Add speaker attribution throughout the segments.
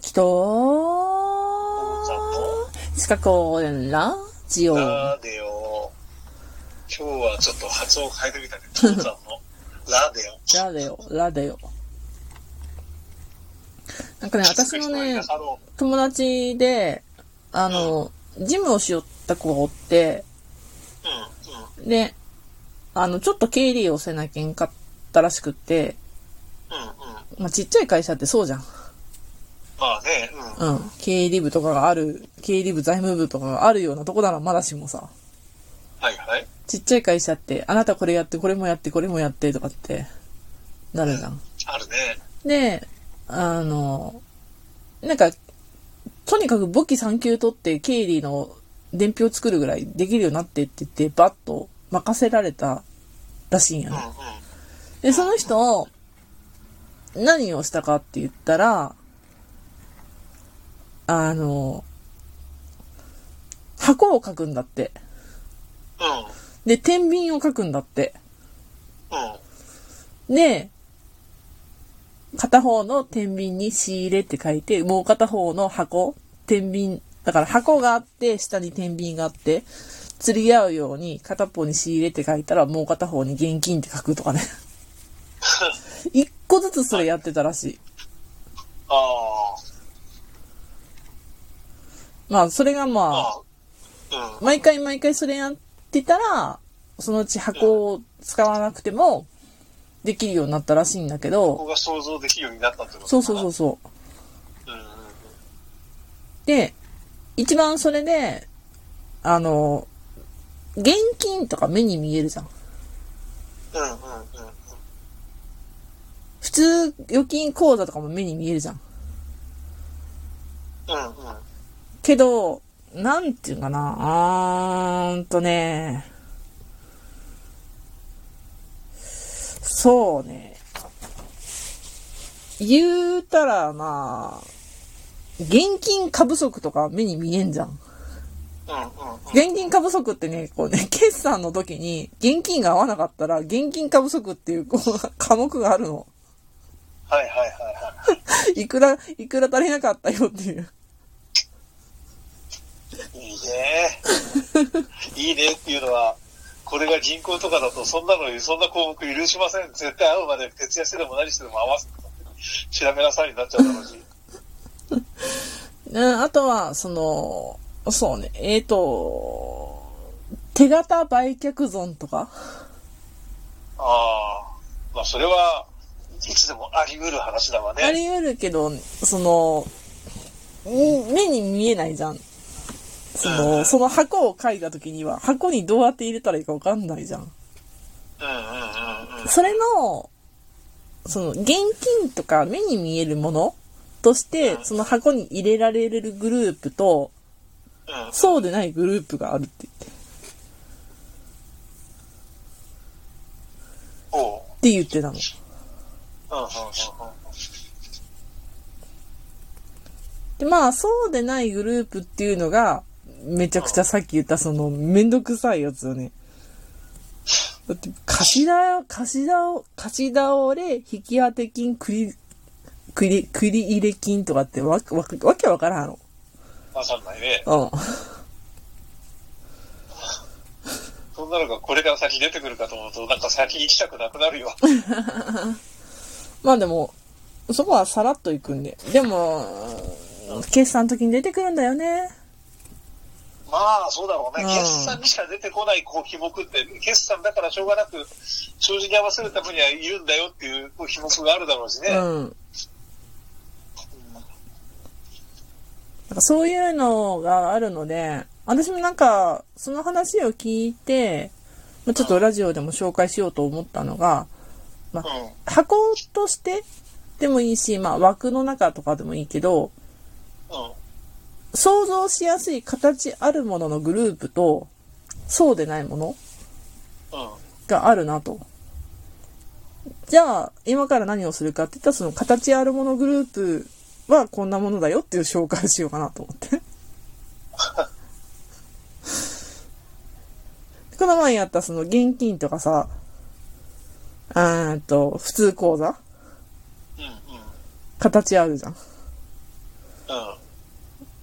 Speaker 1: 秋と、近くんラジオ。
Speaker 2: ラーデオ。今日はちょっと発音変えてみたけど、父さんの。ラー
Speaker 1: ラデ
Speaker 2: デオ。
Speaker 1: オ、ラデオ。なんかね、私のね、
Speaker 2: あの、
Speaker 1: 友達で、あの、ジムをしよった子がおって、
Speaker 2: うん、うん。
Speaker 1: で、あの、ちょっと経理をせなきゃんかったらしくって、
Speaker 2: うん、うん。
Speaker 1: まあ、ちっちゃい会社ってそうじゃん。
Speaker 2: まあね、うん。うん、
Speaker 1: うん。経理部とかがある、経理部財務部とかがあるようなとこならまだしもさ、
Speaker 2: はいはい。
Speaker 1: ちっちゃい会社って、あなたこれやって、これもやって、これもやってとかって、なるじゃん。
Speaker 2: あるね。
Speaker 1: で、あの、なんか、とにかく簿記3級取って経理の伝票作るぐらいできるようになってって言って、バッと任せられたらしいんや
Speaker 2: うん、う
Speaker 1: ね
Speaker 2: ん。。
Speaker 1: で、その人、何をしたかって言ったら、あの、箱を書くんだって。
Speaker 2: うん、
Speaker 1: で、天秤を書くんだって。
Speaker 2: うん。
Speaker 1: で、片方の天秤に仕入れって書いて、もう片方の箱、天秤、だから箱があって、下に天秤があって、釣り合うように片方に仕入れって書いたら、もう片方に現金って書くと かね。一個ずつそれやってたらしい。
Speaker 2: ああ、
Speaker 1: まあ、それがまあ、
Speaker 2: ああ、うん。
Speaker 1: 毎回毎回それやってたら、そのうち箱を使わなくても、できるようになったらしいんだけ
Speaker 2: ここ
Speaker 1: ど、
Speaker 2: が想像できるようになったってこと
Speaker 1: そうそうそう
Speaker 2: う。
Speaker 1: そう。
Speaker 2: うん、うん、うん。
Speaker 1: で、一番それで、あの、現金とか目に見えるじゃん。
Speaker 2: うん、うん、うん。
Speaker 1: 普通、預金口座とかも目に見えるじゃん。
Speaker 2: うん、うん。
Speaker 1: けど、なんていうかな、あーんとね、そうね、言うたらまあ、現金過不足とか目に見えんじゃん。
Speaker 2: うん、うん、うん。
Speaker 1: 現金過不足ってね、こうね、 決算の時に現金が合わなかったら、現金過不足っていう、こう、 科目があるの。
Speaker 2: はいはいはいはい。
Speaker 1: いくら、いくら足りなかったよっていう。
Speaker 2: いいね。いいねっていうのは、これが銀行とかだと、そんなの、そんな項目許しません。絶対会うまで徹夜してでも何してでも合わせて、調べなさいになっちゃうだろうし。
Speaker 1: うん、あとは、その、そうね、えーと、手形売却損とか
Speaker 2: ああ、まあそれは、いつでもあり得る話だわ
Speaker 1: あ
Speaker 2: ね。
Speaker 1: り得るけど、その、ん目に見えないじゃん。その、その箱を書いた時には、箱にどうやって入れたらいいかわかんないじゃん。
Speaker 2: うんうんうんうん。
Speaker 1: それの、その、現金とか目に見えるものとして、その箱に入れられるグループと、
Speaker 2: うん。
Speaker 1: そうでないグループがあるって言って。っ
Speaker 2: おう。
Speaker 1: て言ってたの。
Speaker 2: うんうんうんうん。
Speaker 1: で、まあ、そうでないグループっていうのが、めちゃくちゃさっき言ったその、めんどくさいやつよね。だって、貸しだ、貸しだを、貸し倒れ、引き当て金、繰り、繰り、繰り入れ金とかってわ、わ、わけわからんの。
Speaker 2: わかんないね。
Speaker 1: うん。
Speaker 2: そんなのがこれから先出てくるかと思うと、なんか先行きたくなくなるよ。
Speaker 1: まあでも、そこはさらっと行くんで。でも、決算の時に出てくるんだよね。
Speaker 2: まあ、そうだろうね
Speaker 1: う。ん
Speaker 2: 決算にしか出てこないこう、費目って、決算だからしょうがなく、帳尻に合わせるためにはいるんだよっていう、こう、費目があるだろうしね。
Speaker 1: う
Speaker 2: うん。
Speaker 1: ん。なんかそういうのがあるので、私もなんか、その話を聞いて、まあちょっとラジオでも紹介しようと思ったのが、箱としてでもいいし、まあ枠の中とかでもいいけど、
Speaker 2: うん。
Speaker 1: 想像しやすい形あるもののグループと、そうでないもの
Speaker 2: うん。
Speaker 1: があるなと。じゃあ、今から何をするかって言ったら、その形あるものグループはこんなものだよっていう紹介をしようかなと思って。 この前やったその現金とかさ、うーんと、普通口座
Speaker 2: うん。うん。
Speaker 1: 形あるじゃん。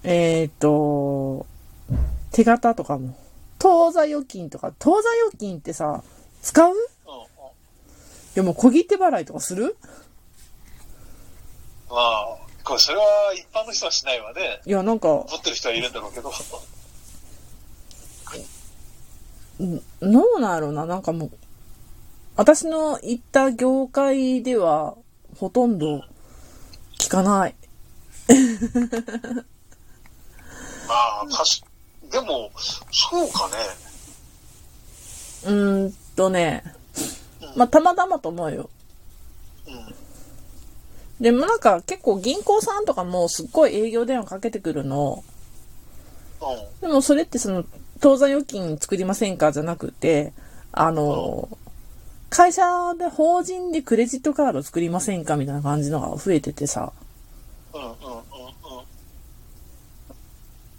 Speaker 1: えーっと、手形とかも。当座預金とか、当座預金ってさ、使うい
Speaker 2: うん。うん。
Speaker 1: やもう小切手払いとかする
Speaker 2: まあ、これ、それは一般の人はしないわね。
Speaker 1: いや、なんか、
Speaker 2: 持ってる人はいるんだろうけど。
Speaker 1: どうなんやろうな、なんかもう、私の行った業界では、ほとんど聞かない。
Speaker 2: まあ、確かでも、そうかね。
Speaker 1: うーんとね、まあ、たまたまと思うよ。
Speaker 2: うん。
Speaker 1: でもなんか結構銀行さんとかもすっごい営業電話かけてくるの。
Speaker 2: うん。
Speaker 1: でもそれってその、当座預金作りませんかじゃなくて、あの、会社で法人でクレジットカード作りませんかみたいな感じのが増えててさ。
Speaker 2: うんうんうんうん。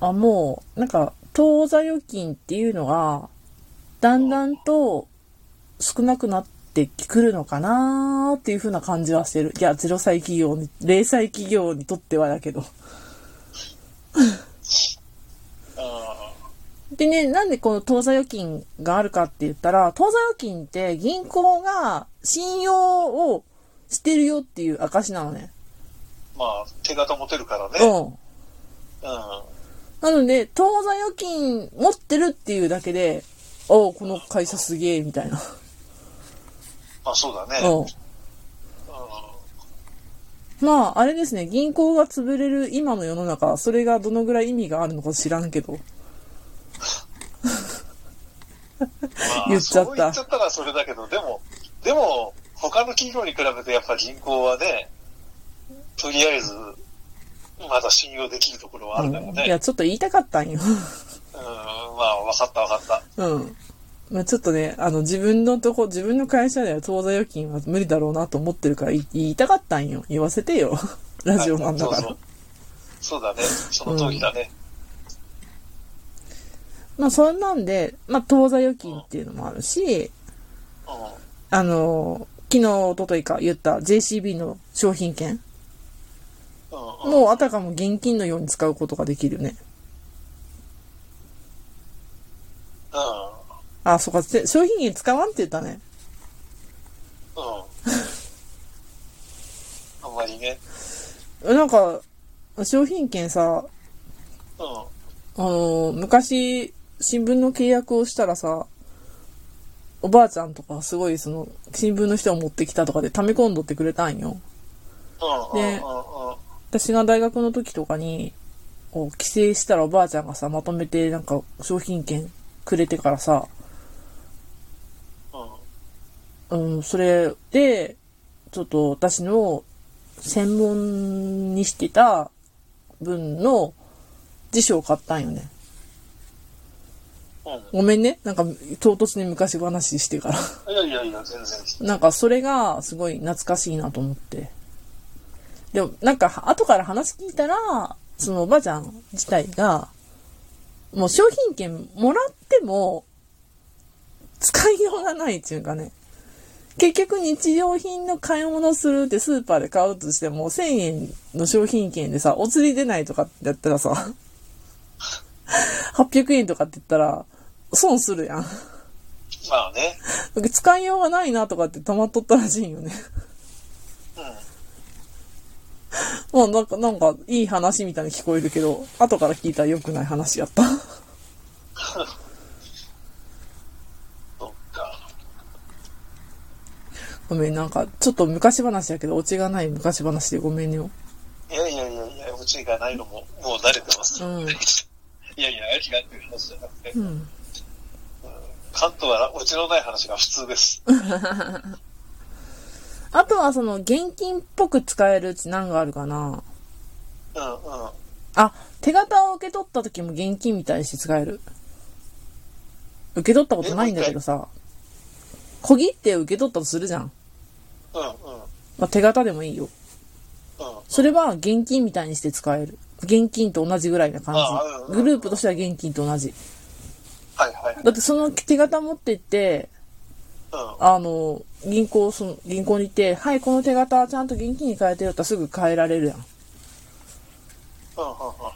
Speaker 1: あ、もう、なんか、当座預金っていうのが、だんだんと少なくなってくるのかなーっていう風な感じはしてる。いや、0歳企業に、0歳企業にとってはだけど。
Speaker 2: あ
Speaker 1: でね、なんでこの当座預金があるかって言ったら、当座預金って銀行が信用をしてるよっていう証なのね。
Speaker 2: ーまあ、手形持てるからね。
Speaker 1: うん。
Speaker 2: うん。
Speaker 1: なので、当座預金持ってるっていうだけで、おうこの会社すげえ、みたいな。
Speaker 2: まあ、そうだね。
Speaker 1: うん。
Speaker 2: う
Speaker 1: まあ、あれですね、銀行が潰れる今の世の中、それがどのぐらい意味があるのか知らんけど。
Speaker 2: ん
Speaker 1: 言っちゃった
Speaker 2: まあそう言っちゃったらそれだけど、でも、でも、他の企業に比べてやっぱ人口はね、とりあえず、まだ信用できるところはあるからね。
Speaker 1: いや、ちょっと言いたかったんよ。
Speaker 2: うん、まあ、わかったわかった。
Speaker 1: うん。まあ、ちょっとね、あの、自分のとこ、自分の会社では当座預金は無理だろうなと思ってるからい言いたかったんよ。言わせてよ。ラジオなんだか
Speaker 2: そう
Speaker 1: ら。
Speaker 2: そうそうだね。その通りだね。
Speaker 1: まあ、そんなんで、まあ、当座預金っていうのもあるし、
Speaker 2: うん。
Speaker 1: あの、昨日、一昨日か言った JCB の商品券。
Speaker 2: うん。うん。
Speaker 1: もう、あたかも現金のように使うことができるね。あ、そうか、せ商品券使わんって言ったね。
Speaker 2: うん。あんまりね。
Speaker 1: なんか、商品券さ、
Speaker 2: うん。
Speaker 1: あの、昔、新聞の契約をしたらさ、おばあちゃんとかすごいその、新聞の人を持ってきたとかで溜め込んどってくれたんよ。
Speaker 2: うん。うん。うん。
Speaker 1: ね私が大学の時とかに、こう帰省したらおばあちゃんがさ、まとめてなんか商品券くれてからさ、
Speaker 2: うん。
Speaker 1: うん、それで、ちょっと私の専門にしてた分の辞書を買ったんよね。
Speaker 2: うん。
Speaker 1: ごめんね。なんか唐突に昔話してから。
Speaker 2: いやいやいや、全然。
Speaker 1: なんかそれがすごい懐かしいなと思って。でもなんか後から話聞いたら、そのおばあちゃん自体が、もう商品券もらっても、使いようがないっていうかね。結局日用品の買い物するってスーパーで買うとしても1000円の商品券でさ、お釣り出ないとかってやったらさ、800円とかって言ったら損するやん。
Speaker 2: まあね。
Speaker 1: 使いようがないなとかって溜まっとったらしいんよね。
Speaker 2: う
Speaker 1: まあなんか、なんか、いい話みたいに聞こえるけど、後から聞いたら良くない話やった。
Speaker 2: ん。そっか。
Speaker 1: ごめん、なんか、ちょっと昔話やけど、オチがない昔話でごめんよ。
Speaker 2: いやいやいやいや、うちがないのも、もう慣れてます。
Speaker 1: うん
Speaker 2: いやいや、ありがっていう話じゃなくて、
Speaker 1: うん。
Speaker 2: 関東はうちのない話が普通です。
Speaker 1: あとは、その、現金っぽく使えるうち何があるかな。
Speaker 2: うんうん。
Speaker 1: あ、手形を受け取った時も現金みたいにして使える。受け取ったことないんだけどさ、小切手を受け取ったとするじゃん。
Speaker 2: うんうん。
Speaker 1: まあ、手形でもいいよ。
Speaker 2: うん。
Speaker 1: それは現金みたいにして使える。現金と同じぐらいな感
Speaker 2: あうんうんう
Speaker 1: じ。
Speaker 2: ん
Speaker 1: グループとしては現金と同じ。
Speaker 2: はいはい。
Speaker 1: だってその手形持ってって、
Speaker 2: うん。
Speaker 1: あの、銀行、その、銀行に行って、はい、この手形ちゃんと現金に変えてよって言ったらすぐ変えられるやん。
Speaker 2: うんうんうん。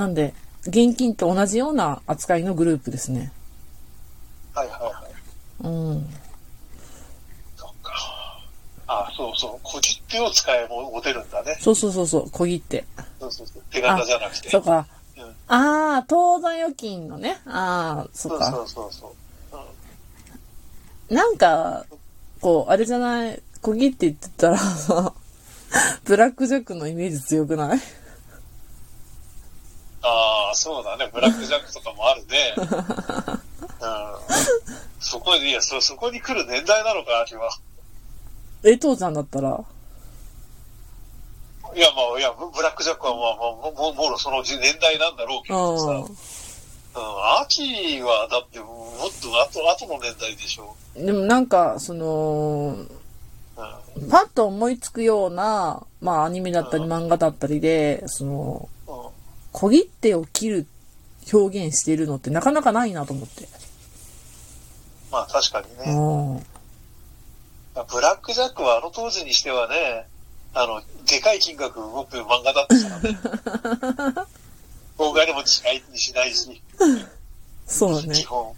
Speaker 1: なんで、現金と同じような扱いのグループですね。
Speaker 2: はいはいはい。
Speaker 1: うん。
Speaker 2: そっか。あ、そうそう。小切手を使えも持てるんだね。
Speaker 1: そうそうそうそう、小切手。
Speaker 2: そうそうそう。手形じゃなくて。
Speaker 1: そうか。
Speaker 2: うん。
Speaker 1: ああ、当座預金のね。ああ、そ
Speaker 2: そううそ
Speaker 1: か。
Speaker 2: うそうそう。うん
Speaker 1: なんか、こう、あれじゃない、小切手って言ったら さ、ブラックジャックのイメージ強くない
Speaker 2: ああ、そうだね。ブラックジャックとかもある ね。うん。そこに、いや、そ、そこに来る年代なのか、秋は。
Speaker 1: え、父ちゃんだったら
Speaker 2: いや、まあ、いや、ブブラックジャックは、まあ、まあ、もう、もう、その年代なんだろうけどさ。うん。
Speaker 1: う
Speaker 2: 秋は、だって、もっと後、後の年代でしょ。
Speaker 1: ん。でもなんか、その、
Speaker 2: うん。うん。
Speaker 1: パッと思いつくような、まあアニメだったり漫画だったりで、その、小切手を切る表現しているのってなかなかないなと思って。
Speaker 2: まあ、確かにね。
Speaker 1: うん。
Speaker 2: ブラックジャックはあの当時にしてはね、あの、でかい金額動く漫画だったからね。 大金持ちにしないし、
Speaker 1: そうだね。
Speaker 2: 基本。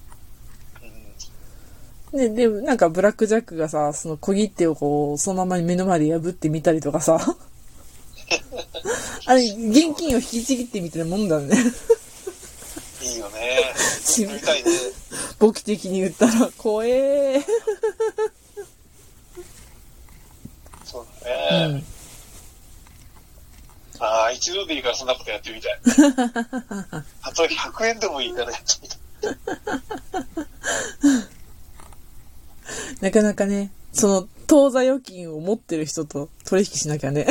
Speaker 2: うん
Speaker 1: で、でもなんかブラックジャックがさ、その小切手をこう、そのままに目の前で破ってみたりとか さ。あれ、現金を引きちぎってみたいなもんだね。
Speaker 2: いいよね。見たいね。
Speaker 1: 簿記的に言ったら、怖えー。
Speaker 2: そうだ
Speaker 1: う
Speaker 2: ね。
Speaker 1: ん
Speaker 2: ああ、一度でいいからそんなことやってみたい。あと100円でもいいからやってみたい。
Speaker 1: なかなかね、その、当座預金を持ってる人と取引しなきゃね。